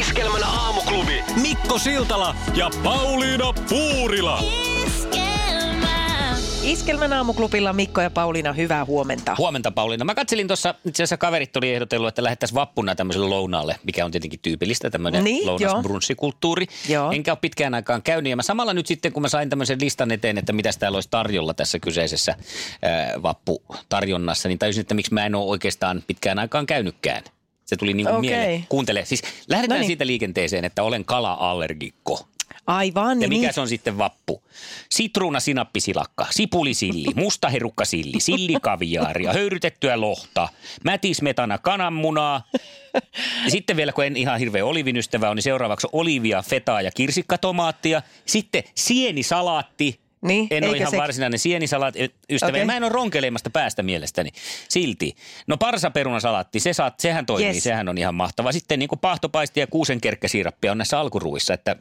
Iskelmän aamuklubi. Mikko Siltala ja Pauliina Puurila. Iskelmän aamuklubilla Mikko ja Pauliina, hyvää huomenta. Huomenta Pauliina. Mä katselin tuossa, itse asiassa kaverit oli ehdotellut, että lähettäisiin vappuna tämmöiselle lounaalle, mikä on tietenkin tyypillistä, tämmöinen Niin, niin, joo. lounasbrunssikulttuuri. Joo. Enkä ole pitkään aikaan käynyt ja mä samalla nyt sitten, kun mä sain tämmöisen listan eteen, että mitä täällä olisi tarjolla tässä kyseisessä ää, vapputarjonnassa, niin tajusin, että miksi mä en ole oikeastaan pitkään aikaan käynytkään. Se tuli niin okay. Okei. mieleen. Kuuntele, siis lähdetään Noniin. siitä liikenteeseen, että olen kala-allergikko. Aivan, Ja niin, mikä se on sitten vappu? Sitruuna sinappisilakka, sipulisilli, mustaherukkasilli, sillikaviaaria, höyrytettyä lohta, mätismetana kananmunaa. Ja sitten vielä, kun en ihan hirveä olivin ystävä ole, niin seuraavaksi olivia, fetaa ja kirsikkatomaattia. Sitten sienisalaatti. Niin, en ole eikä ihan se- varsinainen sienisalaatti ystävä. Okei. Okay. Mä en ole ronkeleimmasta päästä mielestäni. Silti. No parsaperunasalaatti, se saat, sehän toimii, Yes. yes. sehän on ihan mahtava. Sitten niin pahtopaistia ja kuusenkerkkäsiirappia on näissä alkuruissa, että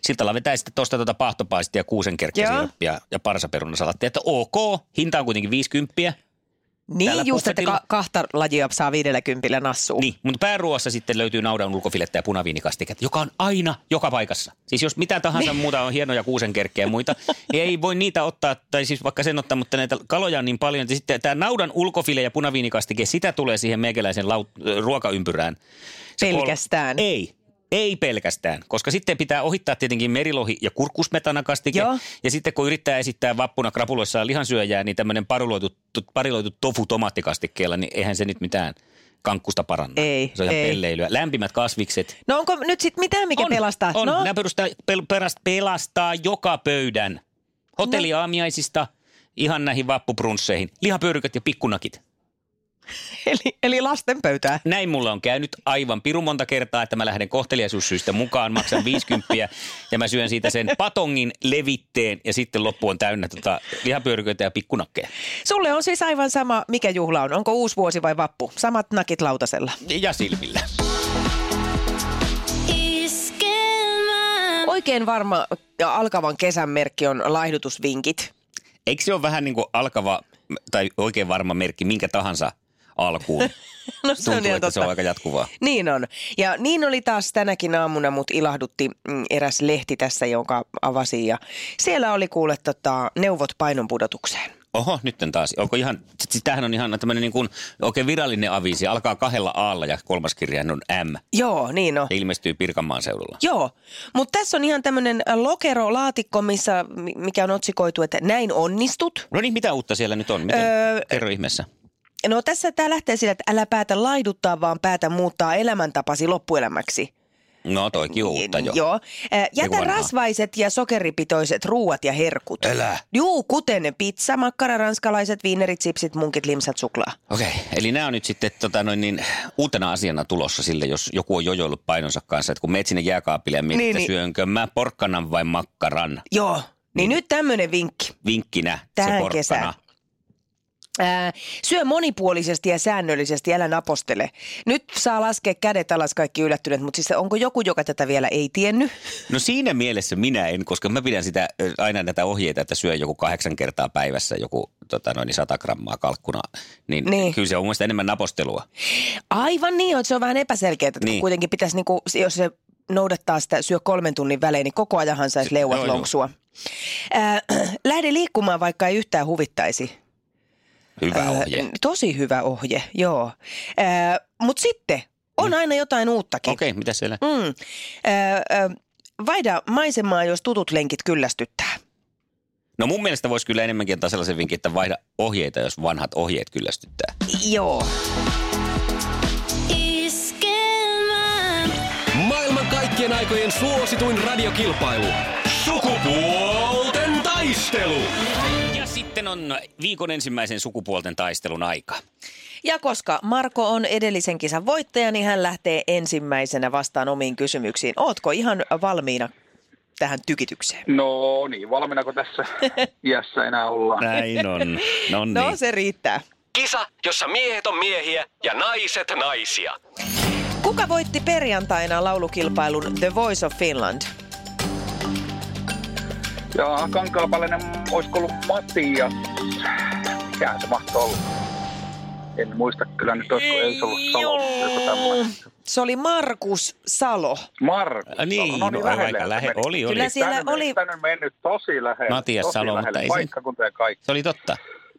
Siltala vetää sitten tuosta tuota pahtopaistia, kuusenkerkkäsiirappia ja parsaperunasalattia, että ok, hinta on kuitenkin 50. niin täällä just, että buffetilla- ka- kahta lajia saa viidellä kympillä nassuun. Niin, mutta pääruoassa sitten löytyy naudan ulkofilettä ja punaviinikastiketta, joka on aina joka paikassa. Siis jos mitä tahansa niin. muuta on hienoja kuusenkerkkejä ja muita, niin ei voi niitä ottaa, tai siis vaikka sen ottaa, mutta näitä kaloja on niin paljon, että sitten tämä naudan ulkofile ja punaviinikastike, sitä tulee siihen meikäläisen laut- ruokaympyrään. Se kol- Pelkästään. Ei. Ei pelkästään, koska sitten pitää ohittaa tietenkin merilohi ja kurkkusmetanakastike. Joo. Ja sitten kun yrittää esittää vappuna krapuloissaan lihansyöjää, niin tämmöinen pariloitu, pariloitu tofu tomaattikastikkeella, niin eihän se nyt mitään kankkusta paranna. Ei, se on ihan ei. pelleilyä. Lämpimät kasvikset. No onko nyt sitten mitään, mikä on, pelastaa? On, no, nämä perustaa, pel, perast, pelastaa joka pöydän. Hotelliaamiaisista ihan näihin vappuprunsseihin. Lihapyörykät ja pikkunakit. eli, eli lasten pöytää. Näin mulla on käynyt aivan pirun monta kertaa, että mä lähden kohteliaisuussyistä mukaan, maksan 50 ja mä syön siitä sen patongin levitteen ja sitten loppu on täynnä tota lihapyöryköitä ja pikkunakkeja. Sulle on siis aivan sama, mikä juhla on. Onko uusi vuosi vai vappu? Samat nakit lautasella. Ja silmillä. Iskelmä. Oikein varma alkavan kesän merkki on laihdutusvinkit. Eikö se ole vähän niin kuin alkava tai oikein varma merkki minkä tahansa alkuun? No Tuntuu, että se on aika jatkuvaa. Niin on. Ja niin oli taas tänäkin aamuna, mut ilahdutti mm, eräs lehti tässä, jonka avasin. Ja siellä oli kuule tota, neuvot painonpudotukseen. Oho, nyt taas. Onko ihan, siis tämähän on ihan tämmöinen niin kuin oikein virallinen aviisi. Alkaa kahdella aalla ja kolmas kirjain on M. Joo, niin on. Se ilmestyy Pirkanmaan seudulla. Joo, mutta tässä on ihan tämmöinen lokerolaatikko, missä, mi- mikä on otsikoitu, että näin onnistut. No niin, mitä uutta siellä nyt on? Miten? Öö, Kerro ihmeessä. No tässä tämä lähtee sillä, että älä päätä laiduttaa, vaan päätä muuttaa elämäntapasi loppuelämäksi. No toikin on uutta jo. Joo. Äh, Eiku Jätä vanhaa. rasvaiset ja sokeripitoiset ruuat ja herkut. Älä. Juu, kuten pizza, makkara, ranskalaiset, viinerit, sipsit, munkit, limsat, suklaa. Okei, eli nämä on nyt sitten tota, noin niin, uutena asiana tulossa sille, jos joku on jojoillut painonsa kanssa, että kun meet sinne jääkaapille ja mietit, Niin, niin, niin. niin. syönkö mä porkkanan vai makkaran, Joo, niin nyt tämmöinen vinkki. vinkkinä se Tähän porkkana. kesään. Ää, syö monipuolisesti ja säännöllisesti, älä napostele. Nyt saa laskea kädet alas kaikki yllättyneet, mutta siis onko joku, joka tätä vielä ei tiennyt? No siinä mielessä minä en, koska mä pidän sitä ö, aina näitä ohjeita, että syö joku kahdeksan kertaa päivässä joku tota, noin 100 grammaa kalkkuna, niin, Niin. niin. kyllä se on mun mielestä enemmän napostelua. Aivan niin, että se on vähän epäselkeää. Niin. Niin. Kuitenkin pitäisi, niinku, jos se noudattaa sitä syö kolmen tunnin välein, niin koko ajahan saisi Se- leuat joo, joo. lonksua. Ää, lähde liikkumaan, vaikka ei yhtään huvittaisi. Hyvä Ää, ohje. Öö, n- Tosi hyvä ohje, joo. Mutta sitten on aina jotain uuttakin. Mm. Okei, okay, mitä siellä? Mm. Ää, ää, vaihda maisemaa, jos tutut lenkit kyllästyttää. No mun mielestä voisi kyllä enemmänkin antaa sellaisen vinkin, että vaihda ohjeita, jos vanhat ohjeet kyllästyttää. Joo. Iskelmä. Maailman kaikkien aikojen suosituin radiokilpailu. Sukupuolten taistelu. Ja sitten on viikon ensimmäisen sukupuolten taistelun aika. Ja koska Marko on edellisen kisan voittaja, niin hän lähtee ensimmäisenä vastaan omiin kysymyksiin. Ootko ihan valmiina? tähän tykitykseen? No niin, valmiinako tässä iässä enää ollaan? Näin on. No niin. No se riittää. Kisa, jossa miehet on miehiä ja naiset naisia. Kuka voitti perjantaina laulukilpailun The Voice of Finland? Ja Kankaapalainen, olisiko ollut Matias? Mikähän se mahtoi olla? En muista kyllä nyt, olisiko ei se ollut Salo, joku tämmöinen. Se oli Markus Salo. Markus Äh, niin, Salo, no niin, no, lähelle. aika lähe, meni. oli, oli. Kyllä se- Siellä Tänne meni- oli- Tänne mennyt tosi lähelle. Matias tosi Salo, mutta lähelle. ei se- Paikkakunta ja kaikki. Se oli totta.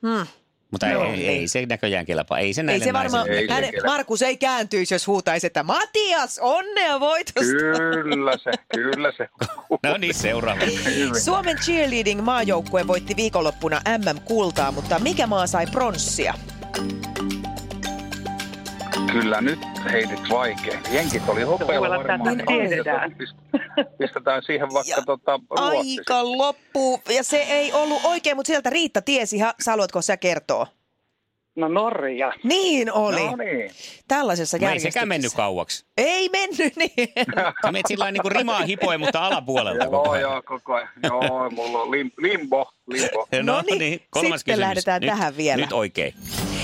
Hmm. Mutta Joo, ei, ei. ei, se näköjään kelpaa. Ei se Ei näille se varmaan, naisille ei se näiden- kelpaa. Markus ei kääntyisi, jos huutaisi, että Matias, onnea voitosta! Kyllä se, kyllä se. No niin, seuraava. Hyvin. Suomen cheerleading maajoukkue voitti viikonloppuna MM-kultaa, mutta mikä maa sai pronssia? Kyllä nyt heitit vaikein. Jenkit oli hopealla Voi olla, että varmaan. tätä tiedetään. Pist- Pistetään siihen vaikka Ja tota, Ruotsi. Aika loppuu, ja se ei ollut oikein, mutta sieltä Riitta tiesi, ha- sä haluatko sä kertoa? No Norja. Niin oli, No niin. tällaisessa No ei sekään järjestyksessä. mennyt kauaksi. Ei mennyt niin. Sä menet sillä niin kuin rimaa hipoen, mutta alapuolelta koko Joo, ajan. joo, koko ajan. Joo, mulla on lim, limbo, limbo. No niin, sitten lähdetään nyt, tähän vielä. Nyt oikein.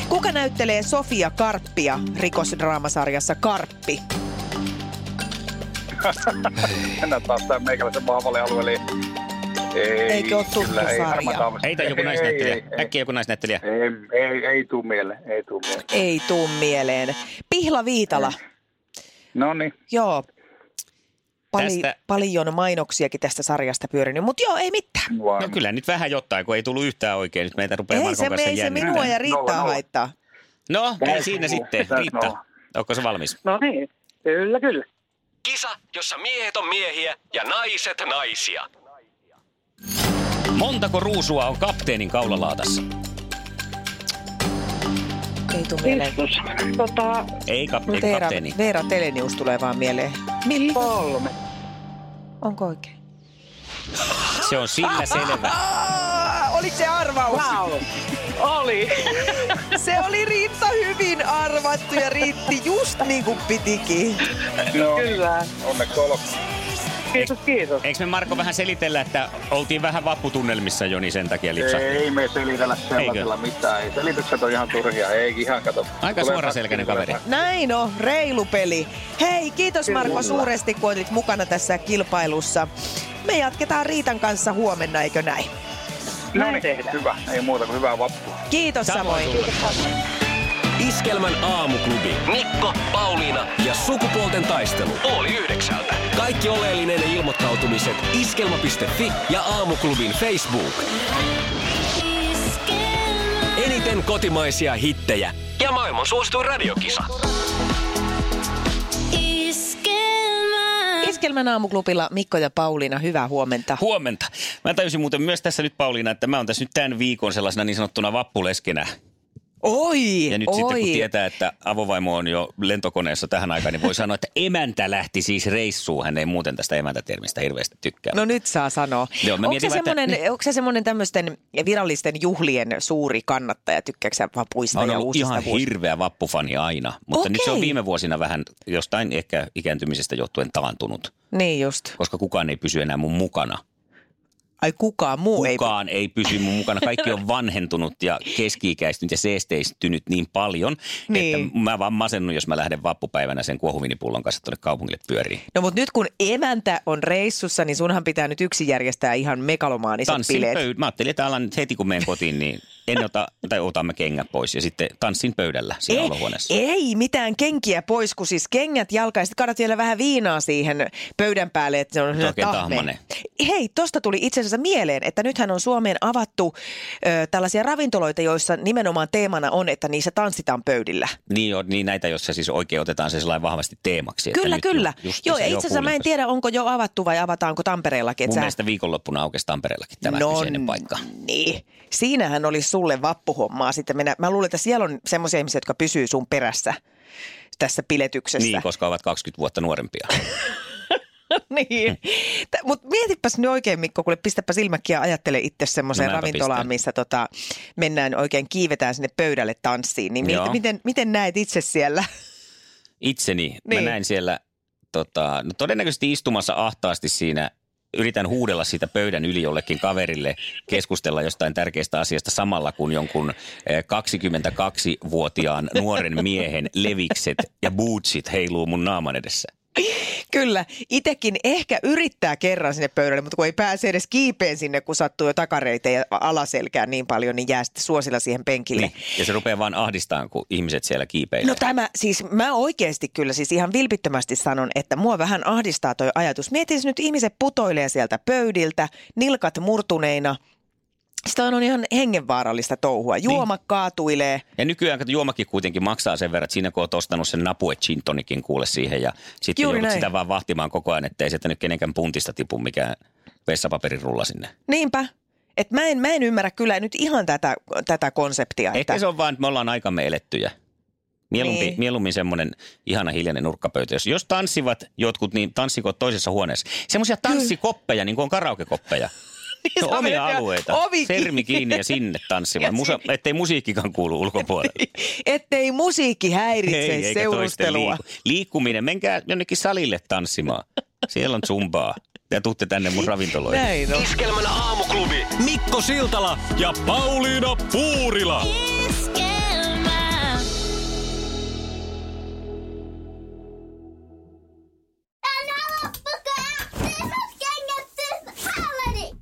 Kuka näyttelee Sofia Karppia rikosdraamasarjassa Karppi? Mennään taas tämän meikäläisen vahvalle alueelle. Ei, Eikö oo tuttu kyllä, ei sarja? harmaa Heitä joku ei, naisnäyttelijä. ei, ei. Äkkiä joku naisnäyttelijä. Ei, ei, ei tuu mieleen, ei tuu mieleen. Ei tuu mieleen. Pihla Viitala. No niin, Joo. Pali, Tästä- Paljon mainoksiakin tästä sarjasta pyörinyt, mutta joo, ei mitään. vaan. No kyllä nyt vähän jotain, kun ei tullut yhtään oikein. Nyt meitä rupeaa ei Markon se, kanssa ei se jännittämään. minua ja Riittaa Nolla, nolla. haittaa. No, ei Täytyy siinä puhua, sitten. täytyy Riitta, olla. onko se valmis? No niin, kyllä kyllä. Kisa, jossa miehet on miehiä ja naiset naisia. Montako ruusua on kapteenin kaulalaatassa? Ei tuu mieleen. Kristus. Tota, Ei kapteeni, Veera, kapteeni. Veera Telenius tulee vaan mieleen. Milli? kolme. Onko oikein? Se on sillä selvä. Ah, oliko se arvaus? Wow. Oli. Se oli Riitta hyvin arvattu ja Riitti just niin kuin pitikin. No, Kyllä. onneksi olkoon. Kiitos, kiitos. Eikö me Marko vähän selitellä, että oltiin vähän vapputunnelmissa jo, niin sen takia lipsahti? Ei me selitellä sellaisella mitään. Ei, selitykset on ihan turhia. Ei ihan kato. Aika Tulee suoraselkäinen takki, kaveri. tulee Näin on, reilu peli. Hei, kiitos Marko suuresti, kun olit mukana tässä kilpailussa. Me jatketaan Riitan kanssa huomenna, eikö näin? takki. No niin, hyvä. Ei muuta kuin hyvää vappua. Kiitos samoin. sulle. Iskelmän aamuklubi. Mikko, Pauliina Ja sukupuolten taistelu. oli yhdeksältä. Kaikki oleellinen ilmoittautumiset iskelma.fi ja aamuklubin Facebook. Iskelmä. Eniten kotimaisia hittejä. Ja maailman suosituin radiokisa. Iskelmä. Iskelmän aamuklubilla Mikko ja Pauliina, hyvää huomenta. Huomenta. Mä tajusin muuten myös tässä nyt Pauliina, että mä oon tässä nyt tämän viikon sellaisena niin sanottuna vappuleskenä. Oi, Ja nyt oi. sitten kun tietää, että avovaimo on jo lentokoneessa tähän aikaan, niin voi sanoa, että emäntä lähti siis reissuun. Hän ei muuten tästä emäntätermistä hirveästi tykkää. No nyt saa sanoa. Joo, mä onko, mietin se vaan, että- semmonen, onko se semmoinen tämmöisten virallisten juhlien suuri kannattaja? Tykkääkö sä vapuista Mä oon ja ollut uusista ihan vuosista? hirveä vappufani aina, mutta nyt se on Okei. viime vuosina vähän jostain ehkä ikääntymisestä johtuen taantunut, Niin just. koska kukaan ei pysy enää mun mukana. Ai kukaan muu ei. Kukaan ei pysy mun mukana. Kaikki on vanhentunut ja keski-ikäistynyt ja seesteistynyt niin paljon, Niin. että mä vaan masennun, jos mä lähden vappupäivänä sen kuohuvinipullon kanssa tuonne kaupungille pyöriin. No mutta nyt kun emäntä on reissussa, niin sunhan pitää nyt yksin järjestää ihan megalomaaniset Tanssin bileet. pöydä. Mä ajattelin, että alan nyt heti kun menen kotiin, niin en ota, tai otamme kengät pois ja sitten tanssin pöydällä siinä olohuoneessa. Eh, ei mitään kenkiä pois, kun siis kengät jalka ja sitten kadat vielä vähän viinaa siihen pöydän päälle, että se on Oikein tahme. tahmanen. Hei, tosta tuli itse asiassa mieleen, että nythän on Suomeen avattu ö, tällaisia ravintoloita, joissa nimenomaan teemana on, että niissä tanssitaan pöydillä. Niin, on, niin näitä, jossa siis oikein otetaan se sellainen vahvasti teemaksi. Kyllä, nyt kyllä. ju- just Joo, tässä ja jo itse asiassa mä en kuulin tiedä, onko jo avattu vai avataanko Tampereellakin. Mun että sä- mielestä viikonloppuna aukesi Tampereellakin tämä No kyseinen paikka. Niin. Siinähän oli sulle vappuhommaa. Sitten minä, mä luulen, että siellä on semmoisia ihmisiä, jotka pysyy sun perässä tässä piletyksessä. Niin, koska ovat 20 vuotta nuorempia. niin. Mutta mietipäs nyt oikein, Mikko, kuule, pistäpä silmäkin ja ajattele itse semmoiseen No no, mäpä ravintolaan, pistän. missä tota, mennään oikein, kiivetään sinne pöydälle tanssiin. Niin Joo. miten, miten, miten näet itse siellä? Itseni, niin. Niin. mä näin siellä tota, no todennäköisesti istumassa ahtaasti siinä yritän huudella siitä pöydän yli jollekin kaverille, keskustella jostain tärkeästä asiasta samalla kuin jonkun eh, 22-vuotiaan nuoren miehen levikset ja bootsit heiluu mun naaman edessä. Kyllä, itekin ehkä yrittää kerran sinne pöydälle, mutta kun ei pääse edes kiipeen sinne, kun sattuu jo takareiteen ja alaselkään niin paljon, niin jää sitten suosilla siihen penkille. Niin. Ja se rupeaa vaan ahdistamaan, kun ihmiset siellä kiipeilee. No tämä, siis mä oikeasti kyllä, siis ihan vilpittömästi sanon, että mua vähän ahdistaa toi ajatus. Mietin nyt, ihmiset putoilee sieltä pöydiltä, nilkat murtuneina. Sitä on ihan hengenvaarallista touhua. Juoma niin. kaatuilee. Ja nykyään kato, juomakin kuitenkin maksaa sen verran, että siinä kun oot ostanut sen napue gin tonicin kuule siihen ja sitten Juuri joudut näin. sitä vaan vahtimaan koko ajan, ettei sieltä nyt kenenkään puntista tipu mikään vessapaperin rulla sinne. Niinpä. Et mä en, mä en ymmärrä kyllä nyt ihan tätä, tätä konseptia. Ehkä se on vaan, että me ollaan aikamme elettyjä. Mieluummin, Niin. niin. mieluummin semmoinen ihana hiljainen nurkkapöytä. Jos, jos tanssivat jotkut, niin tanssikoot toisessa huoneessa. Semmoisia tanssikoppeja, niin kuin on karaokekoppeja. Niin, No, sä menet omia ja alueita. ovi Sermi kiinni ja sinne Ja tanssimaan. Musa, sinne. ettei musiikkikaan kuulu ulkopuolelle. Ettei musiikki häiritse eikä toisten Niin, seurustelua. liiku- Liikkuminen, menkää jonnekin salille tanssimaan. Siellä on zumbaa. Ja tuutte tänne mun ravintoloihin. Näin on. Iskelmän aamuklubi. Mikko Siltala ja Pauliina Puurila. Esquema.